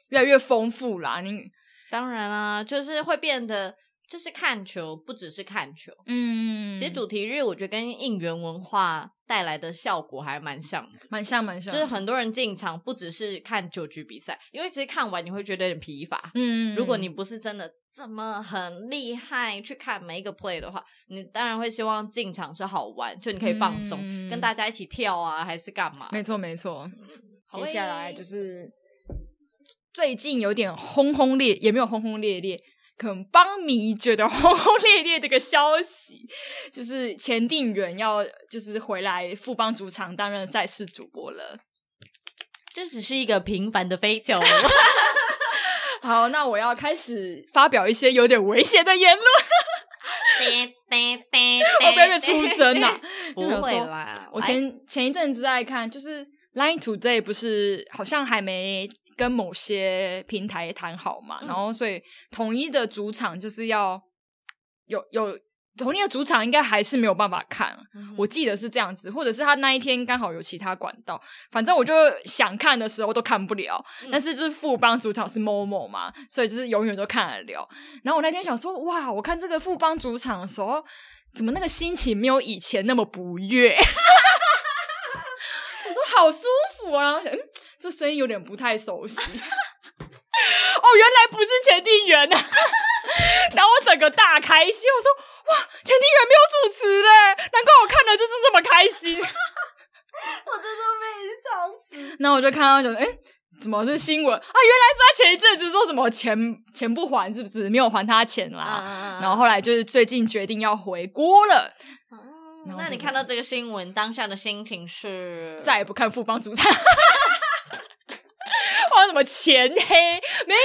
Speaker 1: 越来越丰富啦。你
Speaker 2: 当然啦、就是会变得，就是看球不只是看球。
Speaker 1: 嗯，
Speaker 2: 其实主题日，我觉得跟应援文化带来的效果还蛮像的。
Speaker 1: 蛮像蛮像，
Speaker 2: 就是很多人进场不只是看九局比赛，因为其实看完你会觉得有点疲乏。
Speaker 1: 嗯，
Speaker 2: 如果你不是真的这么很厉害去看每一个 play 的话，你当然会希望进场是好玩，就你可以放松，
Speaker 1: 嗯
Speaker 2: 跟大家一起跳啊，还是干嘛？
Speaker 1: 没错没错，
Speaker 2: 好
Speaker 1: 接
Speaker 2: 诶
Speaker 1: 下来就是最近有点轰轰烈，也没有轰轰烈烈，可能邦迷觉得轰轰烈烈的一个消息，就是前定远要就是回来富邦主场担任赛事主播了。
Speaker 2: 这只是一个平凡的飞
Speaker 1: <laughs>
Speaker 2: 球。
Speaker 1: 好，那我要开始发表一些有点危险的言论，我不要被出
Speaker 2: <laughs>
Speaker 1: 征啊！
Speaker 2: 不
Speaker 1: 就想
Speaker 2: 会
Speaker 1: 说
Speaker 2: 啦，
Speaker 1: 我
Speaker 2: 哎来
Speaker 1: 前前一阵子在看，就是 Line Today 不是好像还没跟某些平台谈好嘛，
Speaker 2: 嗯
Speaker 1: 然后所以统一的主场就是要有有统一的主场应该还是没有办法看，啊
Speaker 2: 嗯
Speaker 1: 我记得是这样子，或者是他那一天刚好有其他管道，反正我就想看的时候都看不了。
Speaker 2: 嗯
Speaker 1: 但是就是富邦主场是某某嘛，所以就是永远都看得了。然后我那天想说，哇，我看这个富邦主场的时候，怎么那个心情没有以前那么不悦？ <laughs> 我说好舒服啊，然后想，嗯，这声音有点不太熟悉。 <laughs> 哦，原来不是前定员啊！然后我整个大开心，我说哇，前定员没有主持嘞，难怪我看了就是这么开心。
Speaker 2: <laughs>
Speaker 1: <laughs>
Speaker 2: 我真的被笑死。
Speaker 1: 然后我就看到就哎。诶怎么是新闻啊？原来是他前一阵子说什么钱钱不还，是不是没有还他钱啦？
Speaker 2: 啊
Speaker 1: 然后后来就是最近决定要回国了，然
Speaker 2: 嗯
Speaker 1: 后
Speaker 2: 那
Speaker 1: 就
Speaker 2: 你看到这个新闻，当下的心情是
Speaker 1: 再也不看富邦主场。 <laughs> 哇，什么前黑？没有啦，没有，没有，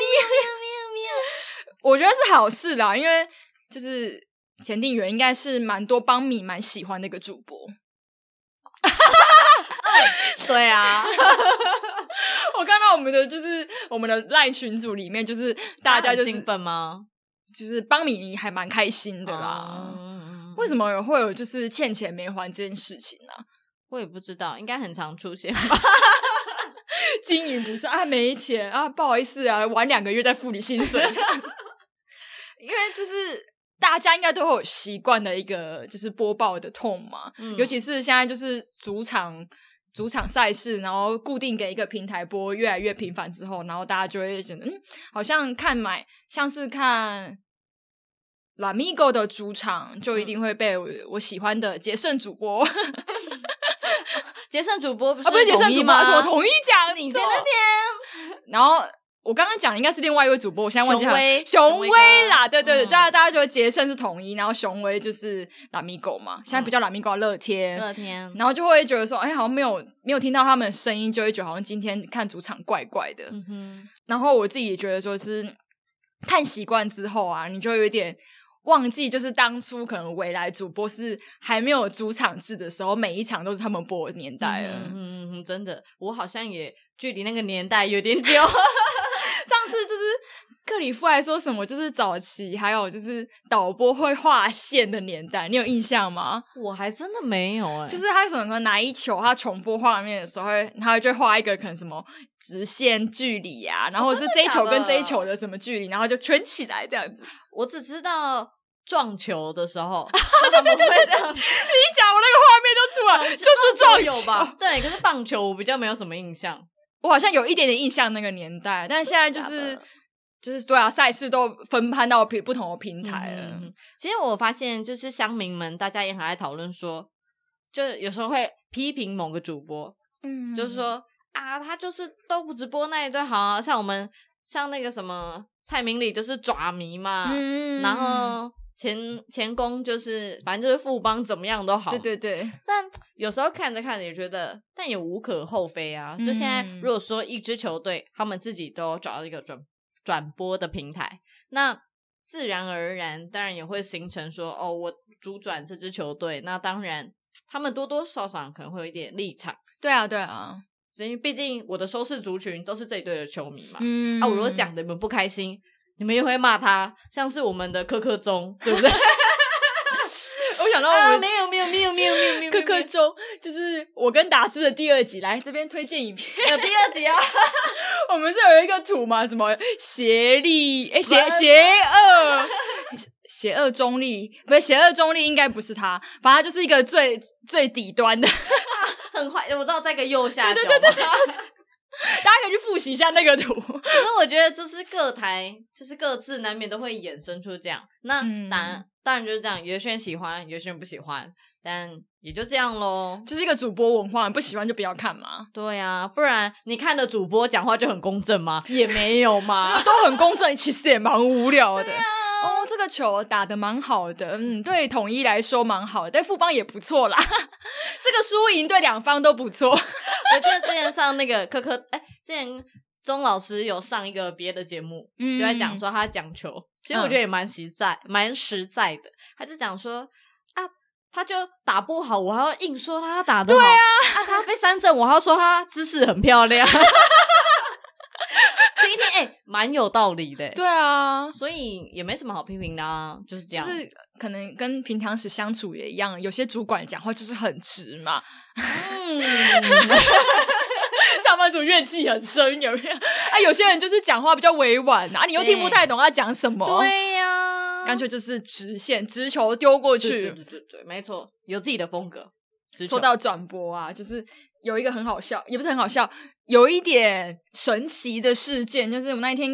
Speaker 1: 没有，没有，我觉得是好事啦，因为就是钱定元应该是蛮多邦米蛮喜欢的一个主播。
Speaker 2: 对啊，
Speaker 1: <laughs> 我看到我们的就是我们的赖群组里面，就是 <laughs> 大家
Speaker 2: 很
Speaker 1: 就是
Speaker 2: 兴奋吗？
Speaker 1: 就是邦米迷还蛮开心的啦。
Speaker 2: 啊
Speaker 1: 为什么会有就是欠钱没还这件事情呢、啊？
Speaker 2: 我也不知道，应该很常出现吧。
Speaker 1: <laughs> 经营不善啊，没钱啊，不好意思啊，晚两个月再付你薪水。 <laughs> 因为就是大家应该都会有习惯的一个就是播报的痛嘛，
Speaker 2: <laughs> 嗯
Speaker 1: 尤其是现在就是主场主场赛事，然后固定给一个平台播，越来越频繁之后，然后大家就会觉得，嗯，好像看买像是看。拉米狗的主场就一定
Speaker 2: 嗯
Speaker 1: 会被我,、我喜欢的杰胜主播，啊，
Speaker 2: 杰胜主播不
Speaker 1: 不是杰
Speaker 2: 统
Speaker 1: 胜
Speaker 2: 一
Speaker 1: 主播，啊
Speaker 2: 吗？
Speaker 1: 是我
Speaker 2: <laughs>
Speaker 1: 同意讲
Speaker 2: 你在那
Speaker 1: 边。然后我刚刚讲的应该是另外一位主播，我现在忘记他
Speaker 2: 雄威
Speaker 1: 雄
Speaker 2: 雄威
Speaker 1: 威
Speaker 2: 哥
Speaker 1: 啦，对对对，
Speaker 2: 嗯
Speaker 1: 大家大家觉得杰胜是统一，然后雄威就是拉米狗嘛，现在
Speaker 2: 嗯
Speaker 1: 不叫拉米狗，乐天，
Speaker 2: 乐天，
Speaker 1: 然后就会觉得说，哎，好像没有没有听到他们的声音，就会觉得好像今天看主场怪怪的。
Speaker 2: 嗯哼，
Speaker 1: 然后我自己也觉得说是看习惯之后啊，你就有一点忘记就是当初可能未来主播是还没有主场制的时候，每一场都是他们播的年代了。
Speaker 2: 嗯嗯嗯，真的，我好像也距离那个年代有点
Speaker 1: <laughs>
Speaker 2: 久。
Speaker 1: <laughs> 上次就是克里夫还说什么，就是早期还有就是导播会画线的年代，你有印象吗？
Speaker 2: 我还真的没有哎、
Speaker 1: 就是他可能哪一球他重播画面的时候会，他会就画一个可能什么直线距离啊，然后是这一球跟这一球的什么距离，然后就圈起来这样子。
Speaker 2: 我只知道撞球的时
Speaker 1: <laughs>
Speaker 2: 候，对对对对，这样
Speaker 1: 你讲我那个画面都出来，就是
Speaker 2: 撞
Speaker 1: 撞
Speaker 2: 球有
Speaker 1: 球
Speaker 2: 吧？？对，可是棒球我比较没有什么印象。
Speaker 1: 我好像有一点点印象那个年代，但现在就
Speaker 2: 真的
Speaker 1: 是
Speaker 2: 假的
Speaker 1: 就是对啊，赛事都分摊到平不同的平台了。
Speaker 2: 嗯其实我发现，就是乡民们大家也很爱讨论说，就有时候会批评某个主播，
Speaker 1: 嗯
Speaker 2: 就是说啊，他就是都不直播那一对，好、啊、像我们像那个什么蔡明理就是爪迷嘛，
Speaker 1: 嗯
Speaker 2: 然后前前攻就是反正就是富邦怎么样都好，
Speaker 1: 对对对，
Speaker 2: 但有时候看着看着也觉得，但也无可厚非啊。就现在
Speaker 1: 嗯，
Speaker 2: 如果说一支球队他们自己都找到一个转转播的平台，那自然而然，当然也会形成说，哦，我主转这支球队，那当然他们多多少少可能会有一点立场，
Speaker 1: 对啊对啊，
Speaker 2: 因为毕竟我的收视族群都是这一队的球迷嘛。
Speaker 1: 嗯
Speaker 2: 啊，我如果讲的你们不开心，你们又会骂他，像是我们的柯柯中，对不 <laughs> 对？
Speaker 1: <laughs> 我想到我
Speaker 2: 啊，
Speaker 1: 们
Speaker 2: 没有没有没有没有没有没有，
Speaker 1: 科科中，就是我跟达斯的第二集，来这边推荐影片。
Speaker 2: 有第二集啊。
Speaker 1: 我们是有一个图嘛，什么协力，哎、邪
Speaker 2: 什么
Speaker 1: 邪恶，邪恶中立，不是邪恶中立，应该不是他，反正他就是一个最最底端的， <laughs>
Speaker 2: 很坏，我知道在一个右下角。
Speaker 1: 对对对对。大家可以去复习一下那个
Speaker 2: <laughs>
Speaker 1: 图。
Speaker 2: 可是我觉得就是各台，就是各自难免都会衍生出这样。那
Speaker 1: 嗯
Speaker 2: 当然、当然就是这样，有些人喜欢，有些人不喜欢，但也就这样喽。
Speaker 1: 就是一个主播文化，你不喜欢就不要看嘛，
Speaker 2: 对啊，不然你看的主播讲话就很公正吗？也没有嘛。
Speaker 1: <laughs>
Speaker 2: 啊
Speaker 1: 都很公正，其实也蛮无聊的。哦，这个球打得蛮好的，嗯，对统一来说蛮好的，对富邦也不错啦。 <laughs> 这个输赢对两方都不错。
Speaker 2: 我记得之前上那个科科，哎、之前钟老师有上一个别的节目，
Speaker 1: 嗯
Speaker 2: 就在讲说他讲球，其实我觉得也蛮实在，蛮实在的。他就讲说啊，他就打不好，我还要硬说他打的好，对啊，他被三振，我还要说他姿势很漂亮。 <laughs> 听一听，哎、蛮有道理的、，
Speaker 1: 对啊，
Speaker 2: 所以也没什么好批评的啊，就是这
Speaker 1: 就
Speaker 2: 样。
Speaker 1: 是可能跟平常时相处也一样，有些主管讲话就是很直嘛，
Speaker 2: <laughs> 嗯，
Speaker 1: 上班族怨气很深，有没有？ <laughs> 啊，有些人就是讲话比较委婉啊，你又听不太懂他讲什么，，
Speaker 2: 对啊呀、
Speaker 1: 干脆就是直线直球丢过
Speaker 2: 嗯对对
Speaker 1: 去。
Speaker 2: 对对对，没错，有自己的风格。直
Speaker 1: 说
Speaker 2: 球
Speaker 1: 到转播啊，就是有一个很好笑，也不是很好笑，有一点神奇的事件，就是我那一天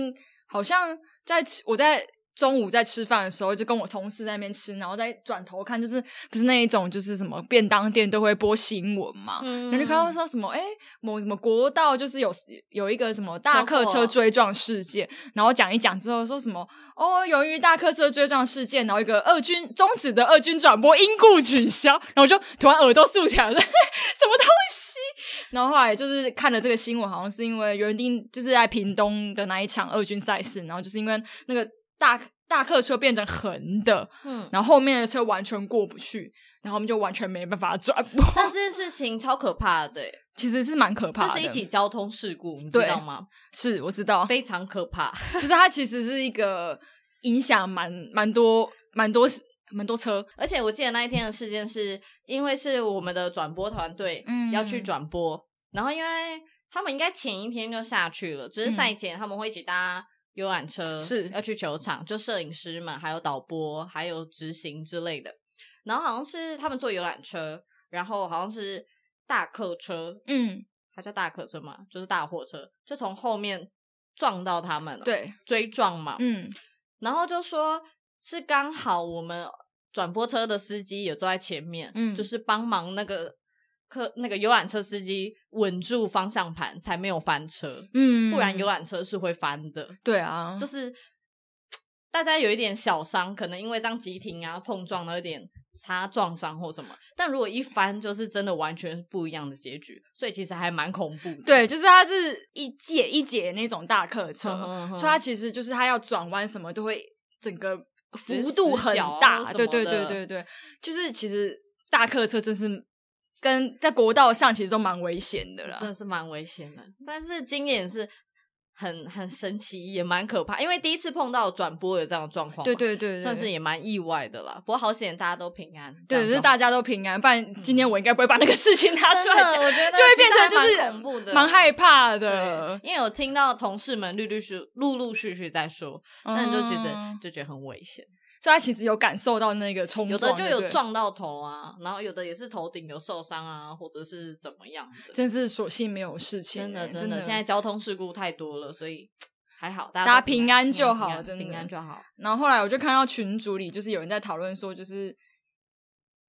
Speaker 1: 好像在吃，我在中午在吃饭的时候，就跟我同事在那边吃，然后再转头看，就是不是那一种就是什么便当店都会播新闻嘛，
Speaker 2: 嗯
Speaker 1: 然后就看到说什么，哎、某什么国道就是有有一个什么大客车追撞事件，然后讲一讲之后说什么，哦，由于大客车追撞事件，然后一个二军终止的二军转播因故取消，然后我就突然耳朵竖起来，我说 <laughs> 什么东西？然后后来就是看了这个新闻，好像是因为原定就是在屏东的那一场二军赛事，然后就是因为那个大大客车变成横的，
Speaker 2: 嗯，
Speaker 1: 然后后面的车完全过不去，然后我们就完全没办法转播， <laughs>
Speaker 2: 但这件事情超可怕的、对，
Speaker 1: 其实是蛮可怕
Speaker 2: 这
Speaker 1: 的。
Speaker 2: 是一起交通事故，你知
Speaker 1: 对
Speaker 2: 道吗？
Speaker 1: 是我知道，
Speaker 2: 非常可怕。
Speaker 1: 就是它其实是一个影响蛮蛮多蛮多蛮多车，
Speaker 2: 而且我记得那一天的事件是因为是我们的转播团队
Speaker 1: 嗯
Speaker 2: 要去转播，然后因为他们应该前一天就下去了，只是赛前他们会一起搭游览车，
Speaker 1: 是
Speaker 2: 要去球场，就摄影师们、还有导播、还有执行之类的。然后好像是他们坐游览车，然后好像是大客车，
Speaker 1: 嗯，
Speaker 2: 它叫大客车嘛，就是大货车，就从后面撞到他们了，，
Speaker 1: 对，
Speaker 2: 追撞嘛，
Speaker 1: 嗯，
Speaker 2: 然后就说是刚好我们转播车的司机也坐在前面，
Speaker 1: 嗯
Speaker 2: 就是帮忙那个客那个游览车司机稳住方向盘，才没有翻车，
Speaker 1: 嗯，
Speaker 2: 不然游览车是会翻的，
Speaker 1: 对啊，
Speaker 2: 就是大家有一点小伤，可能因为这样急停啊碰撞，然后有点擦撞伤或什么，但如果一翻，就是真的完全不一样的结局，所以其实还蛮恐怖的，
Speaker 1: 对，就是它是一节一节那种大客车，
Speaker 2: 嗯哼嗯哼
Speaker 1: 所以它其实就是它要转弯什么都会整个幅度很
Speaker 2: 死角啊或
Speaker 1: 大，
Speaker 2: 什么
Speaker 1: 对对对
Speaker 2: 的
Speaker 1: 对对，就是其实大客车真是跟在国道上其实都蛮危险的
Speaker 2: 这
Speaker 1: 啦
Speaker 2: 真。的是蛮危险的。但是今年是很很神奇，也蛮可怕，因为第一次碰到转播有这样的状况嘛，
Speaker 1: 对对对，对
Speaker 2: 哦算是也蛮意外的啦。不过好险大家都平安，
Speaker 1: 对，就是大家都平安，不然今天我应该不会把那个事情拿
Speaker 2: 家
Speaker 1: 出
Speaker 2: 真
Speaker 1: 来
Speaker 2: 的，
Speaker 1: 讲，
Speaker 2: 我觉得
Speaker 1: 就会变成
Speaker 2: 其实
Speaker 1: 就
Speaker 2: 还
Speaker 1: 是
Speaker 2: 蛮恐怖的，
Speaker 1: 蛮害怕的
Speaker 2: 对。，因为我听到同事们陆陆续陆陆续续在说，那你就其实
Speaker 1: 嗯
Speaker 2: 就觉得很危险。
Speaker 1: 所以他其实有感受到那个冲撞，
Speaker 2: 有的就有
Speaker 1: 对，
Speaker 2: 撞到头啊，然后有的也是头顶有受伤啊，或者是怎么样的。
Speaker 1: 真是所幸没有事情欸，
Speaker 2: 真的
Speaker 1: 真
Speaker 2: 真的，现在交通事故太多了，所以还好大
Speaker 1: 大家
Speaker 2: 都
Speaker 1: 平安就好
Speaker 2: 嗯平安
Speaker 1: 真的
Speaker 2: 平安就好。
Speaker 1: 然后后来我就看到群组里就是有人在讨论说，就是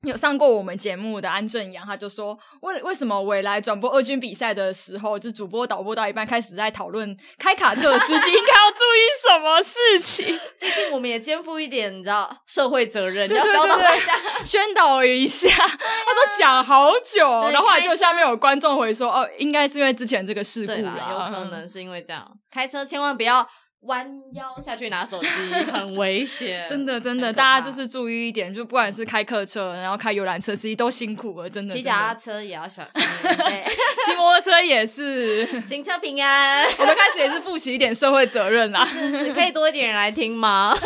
Speaker 1: 有上过我们节目的安正阳，他就说为为什么未来转播二军比赛的时候，就主播导播到一半开始在讨论开卡车的司机应该要注意什么事情，
Speaker 2: 毕竟我们也肩负一点，你知道社会责任，
Speaker 1: 对
Speaker 2: 要
Speaker 1: 对
Speaker 2: 教导
Speaker 1: 对
Speaker 2: 大
Speaker 1: 对
Speaker 2: 家。
Speaker 1: 宣导一下。他说讲好久哦，
Speaker 2: 啊对
Speaker 1: 然后后来
Speaker 2: 开
Speaker 1: 就下
Speaker 2: 车
Speaker 1: 面有观众回说，哦，应该是因为之前这个事故嗯
Speaker 2: 对啦，有可能是因为这样，开车千万不要弯腰下去拿
Speaker 1: <laughs>
Speaker 2: 手机，很危险。
Speaker 1: 真的，真
Speaker 2: 很
Speaker 1: 的，
Speaker 2: 可
Speaker 1: 大
Speaker 2: 怕
Speaker 1: 家就是注意一点，就不管是开客车，然后开游览车，司机都辛苦了，真的。
Speaker 2: 骑脚
Speaker 1: 真的
Speaker 2: 踏车也要小
Speaker 1: <laughs>
Speaker 2: 心，对
Speaker 1: 骑摩托车也是，
Speaker 2: <laughs> 行车平安。
Speaker 1: 我们开始也是负起一点社会责任
Speaker 2: <laughs>
Speaker 1: 啦，
Speaker 2: 是是，可以多一点人来听吗？ <laughs>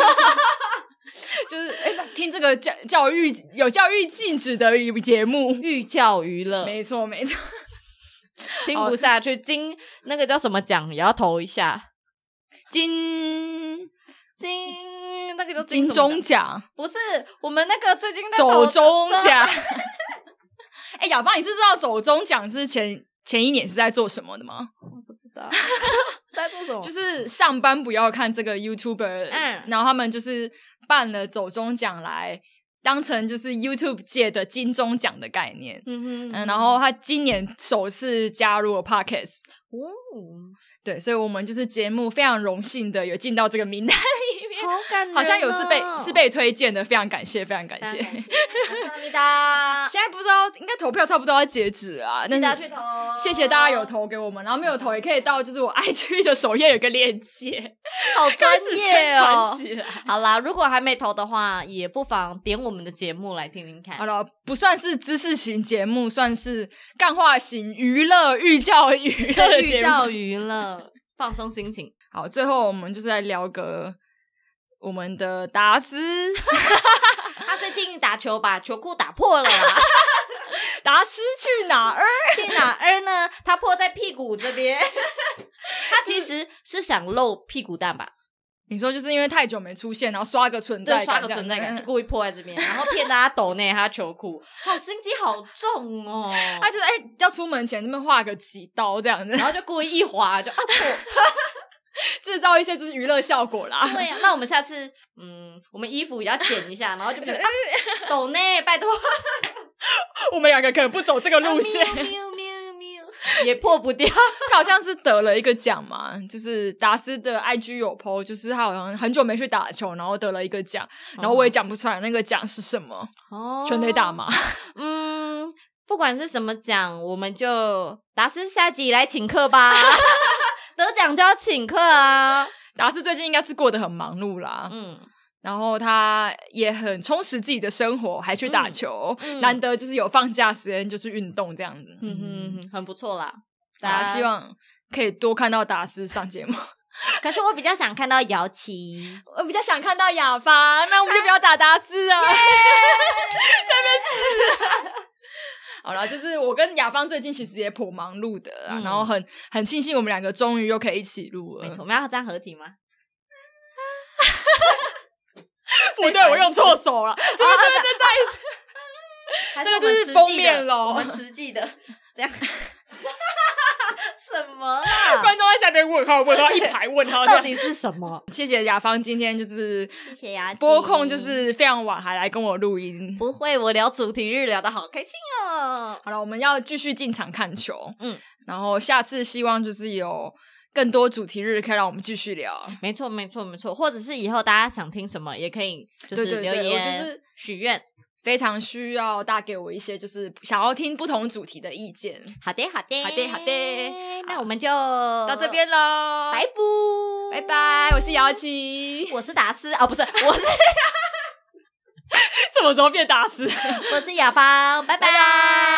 Speaker 1: 就是哎、听这个教教育有教育禁止的节目，
Speaker 2: 寓教于乐，
Speaker 1: 没错没 <laughs> 错。
Speaker 2: 听不下去，金那个叫什么奖也要投一下，
Speaker 1: 金
Speaker 2: 金那个叫
Speaker 1: 金
Speaker 2: 什么
Speaker 1: 钟
Speaker 2: 奖，
Speaker 1: 奖、
Speaker 2: 不是我们 <laughs> 那个最近在投
Speaker 1: 走钟
Speaker 2: 走
Speaker 1: 奖。 <laughs> 哎、亚芳，你是知道走钟奖之前前一年是在做什么的吗？
Speaker 2: 我不知道 <laughs> 在做什么，
Speaker 1: 就是上班不要看这个 YouTuber，、
Speaker 2: 哦嗯
Speaker 1: 然后他们就是办了走中奖来当成就是 YouTube 界的金钟奖的概念。
Speaker 2: 嗯
Speaker 1: 嗯，然后他今年首次加入了 Podcast，
Speaker 2: 哦，
Speaker 1: 对，所以我们就是节目非常荣幸的有进到这个名单，
Speaker 2: 好感人哦，
Speaker 1: 好像有是被是被推荐的，非常感谢，非常感谢。
Speaker 2: 感谢，阿弥达，
Speaker 1: <laughs> 现在不知道应该投票差不多要截止啊，
Speaker 2: 记
Speaker 1: 但
Speaker 2: 得要去
Speaker 1: 是
Speaker 2: 投，哦
Speaker 1: 谢谢大家有，投给我们，然后没有投也可以到就是我 IG 的首页有个链接，
Speaker 2: 好
Speaker 1: 开
Speaker 2: 专
Speaker 1: 始宣
Speaker 2: 业
Speaker 1: 传
Speaker 2: 哦。
Speaker 1: 起来。
Speaker 2: 好啦，如果还没投的话，也不妨点我们的节目来听听
Speaker 1: <laughs>
Speaker 2: 看
Speaker 1: 好。了，不算是知识型节目，算是干话型娱乐、寓教于乐的
Speaker 2: 寓
Speaker 1: 节
Speaker 2: 教
Speaker 1: 目。
Speaker 2: 于乐，放松心情。
Speaker 1: 好，最后我们就是来聊个我们的
Speaker 2: <laughs>
Speaker 1: 达斯，
Speaker 2: 他最近打球把球裤打破了
Speaker 1: <laughs>
Speaker 2: 啦，
Speaker 1: 达斯去哪儿？
Speaker 2: 去哪儿呢？他破在屁股这边。 <laughs> 他其实是想露屁股蛋吧，
Speaker 1: 你说就是因为太久没出现，然后刷个存
Speaker 2: 就
Speaker 1: 在
Speaker 2: 是
Speaker 1: 感，
Speaker 2: 刷个存在感，就
Speaker 1: 这样。嗯
Speaker 2: 故意破在这边，然后骗大家抖内他球裤，嗯 <laughs> 好心机好重哦。
Speaker 1: 他就是哎、要出门前那边画个几刀这样子，
Speaker 2: 然后就故意一滑就啊破，
Speaker 1: 制造一些就是娱乐效果啦。
Speaker 2: <laughs> 对啊呀、那我们下次嗯，我们衣服也要剪一下，然后就 <laughs> 变成、啊、抖内，拜托
Speaker 1: 我们两个可能不走这个路线。
Speaker 2: 啊喵喵喵喵也破不掉。
Speaker 1: 他好像是得了一个奖嘛，就是达斯的 IG 有 PO，就是他好像很久没去打球，然后得了一个奖，然后我也讲不出来那个奖是什么，
Speaker 2: 哦
Speaker 1: 全垒打嘛。 <laughs>
Speaker 2: 嗯，不管是什么奖，我们就达斯下集来请客吧。 <laughs> 得奖就要请客啊！
Speaker 1: 达斯最近应该是过得很忙碌啦，
Speaker 2: 嗯，
Speaker 1: 然后他也很充实自己的生活，还去打球，
Speaker 2: 嗯嗯
Speaker 1: 难得就是有放假时间就去运动这样子。
Speaker 2: 嗯哼哼，很不错啦。
Speaker 1: 大
Speaker 2: 大
Speaker 1: 家
Speaker 2: 家
Speaker 1: 希，望可以多看到达斯上节目。
Speaker 2: 可是我比较想看到姚琦。
Speaker 1: 我比较想看到
Speaker 2: <laughs>
Speaker 1: 雅芳，那我们就不要打达斯啊 <laughs> 了。这边是。啊 <laughs> 好了，就是我跟雅芳最近其实也颇忙碌的啦，
Speaker 2: 嗯
Speaker 1: 然后很很庆幸我们两个终于又可以一起录了。
Speaker 2: 没错，，我们要这样合体吗？
Speaker 1: <laughs> 不对，我用错手了。
Speaker 2: 这个这个
Speaker 1: 这
Speaker 2: 这
Speaker 1: 个
Speaker 2: 个
Speaker 1: 就是封面咯 <laughs>
Speaker 2: 我们实际的这样。什么啦？
Speaker 1: 观众在下面问号问
Speaker 2: <laughs>
Speaker 1: 号一排问号，
Speaker 2: 到底是什么？
Speaker 1: 谢谢雅芳今天就是
Speaker 2: 谢谢雅琪
Speaker 1: 播控，就是非常晚还来跟我录音。
Speaker 2: 不会，我聊主题日聊的好开心哦。
Speaker 1: 好了，我们要继续进场看球，
Speaker 2: 嗯，
Speaker 1: 然后下次希望就是有更多主题日可以让我们继续聊。
Speaker 2: 没错，没错，没错，或者是以后大家想听什么，也可以就
Speaker 1: 对
Speaker 2: 是
Speaker 1: 对对
Speaker 2: 留
Speaker 1: 我就
Speaker 2: 言
Speaker 1: 是
Speaker 2: 许愿。
Speaker 1: 非常需要大家给我一些就是想要听不同主题的意见。
Speaker 2: 好的，好的，
Speaker 1: 好的好的
Speaker 2: 那我们就
Speaker 1: 到
Speaker 2: 到
Speaker 1: 这，边喽，
Speaker 2: 呃拜拜。
Speaker 1: 拜拜，我是姚琪。
Speaker 2: 我是达斯啊，不是，我是
Speaker 1: <laughs> 什么时候变大师？
Speaker 2: 我是雅芳，拜拜。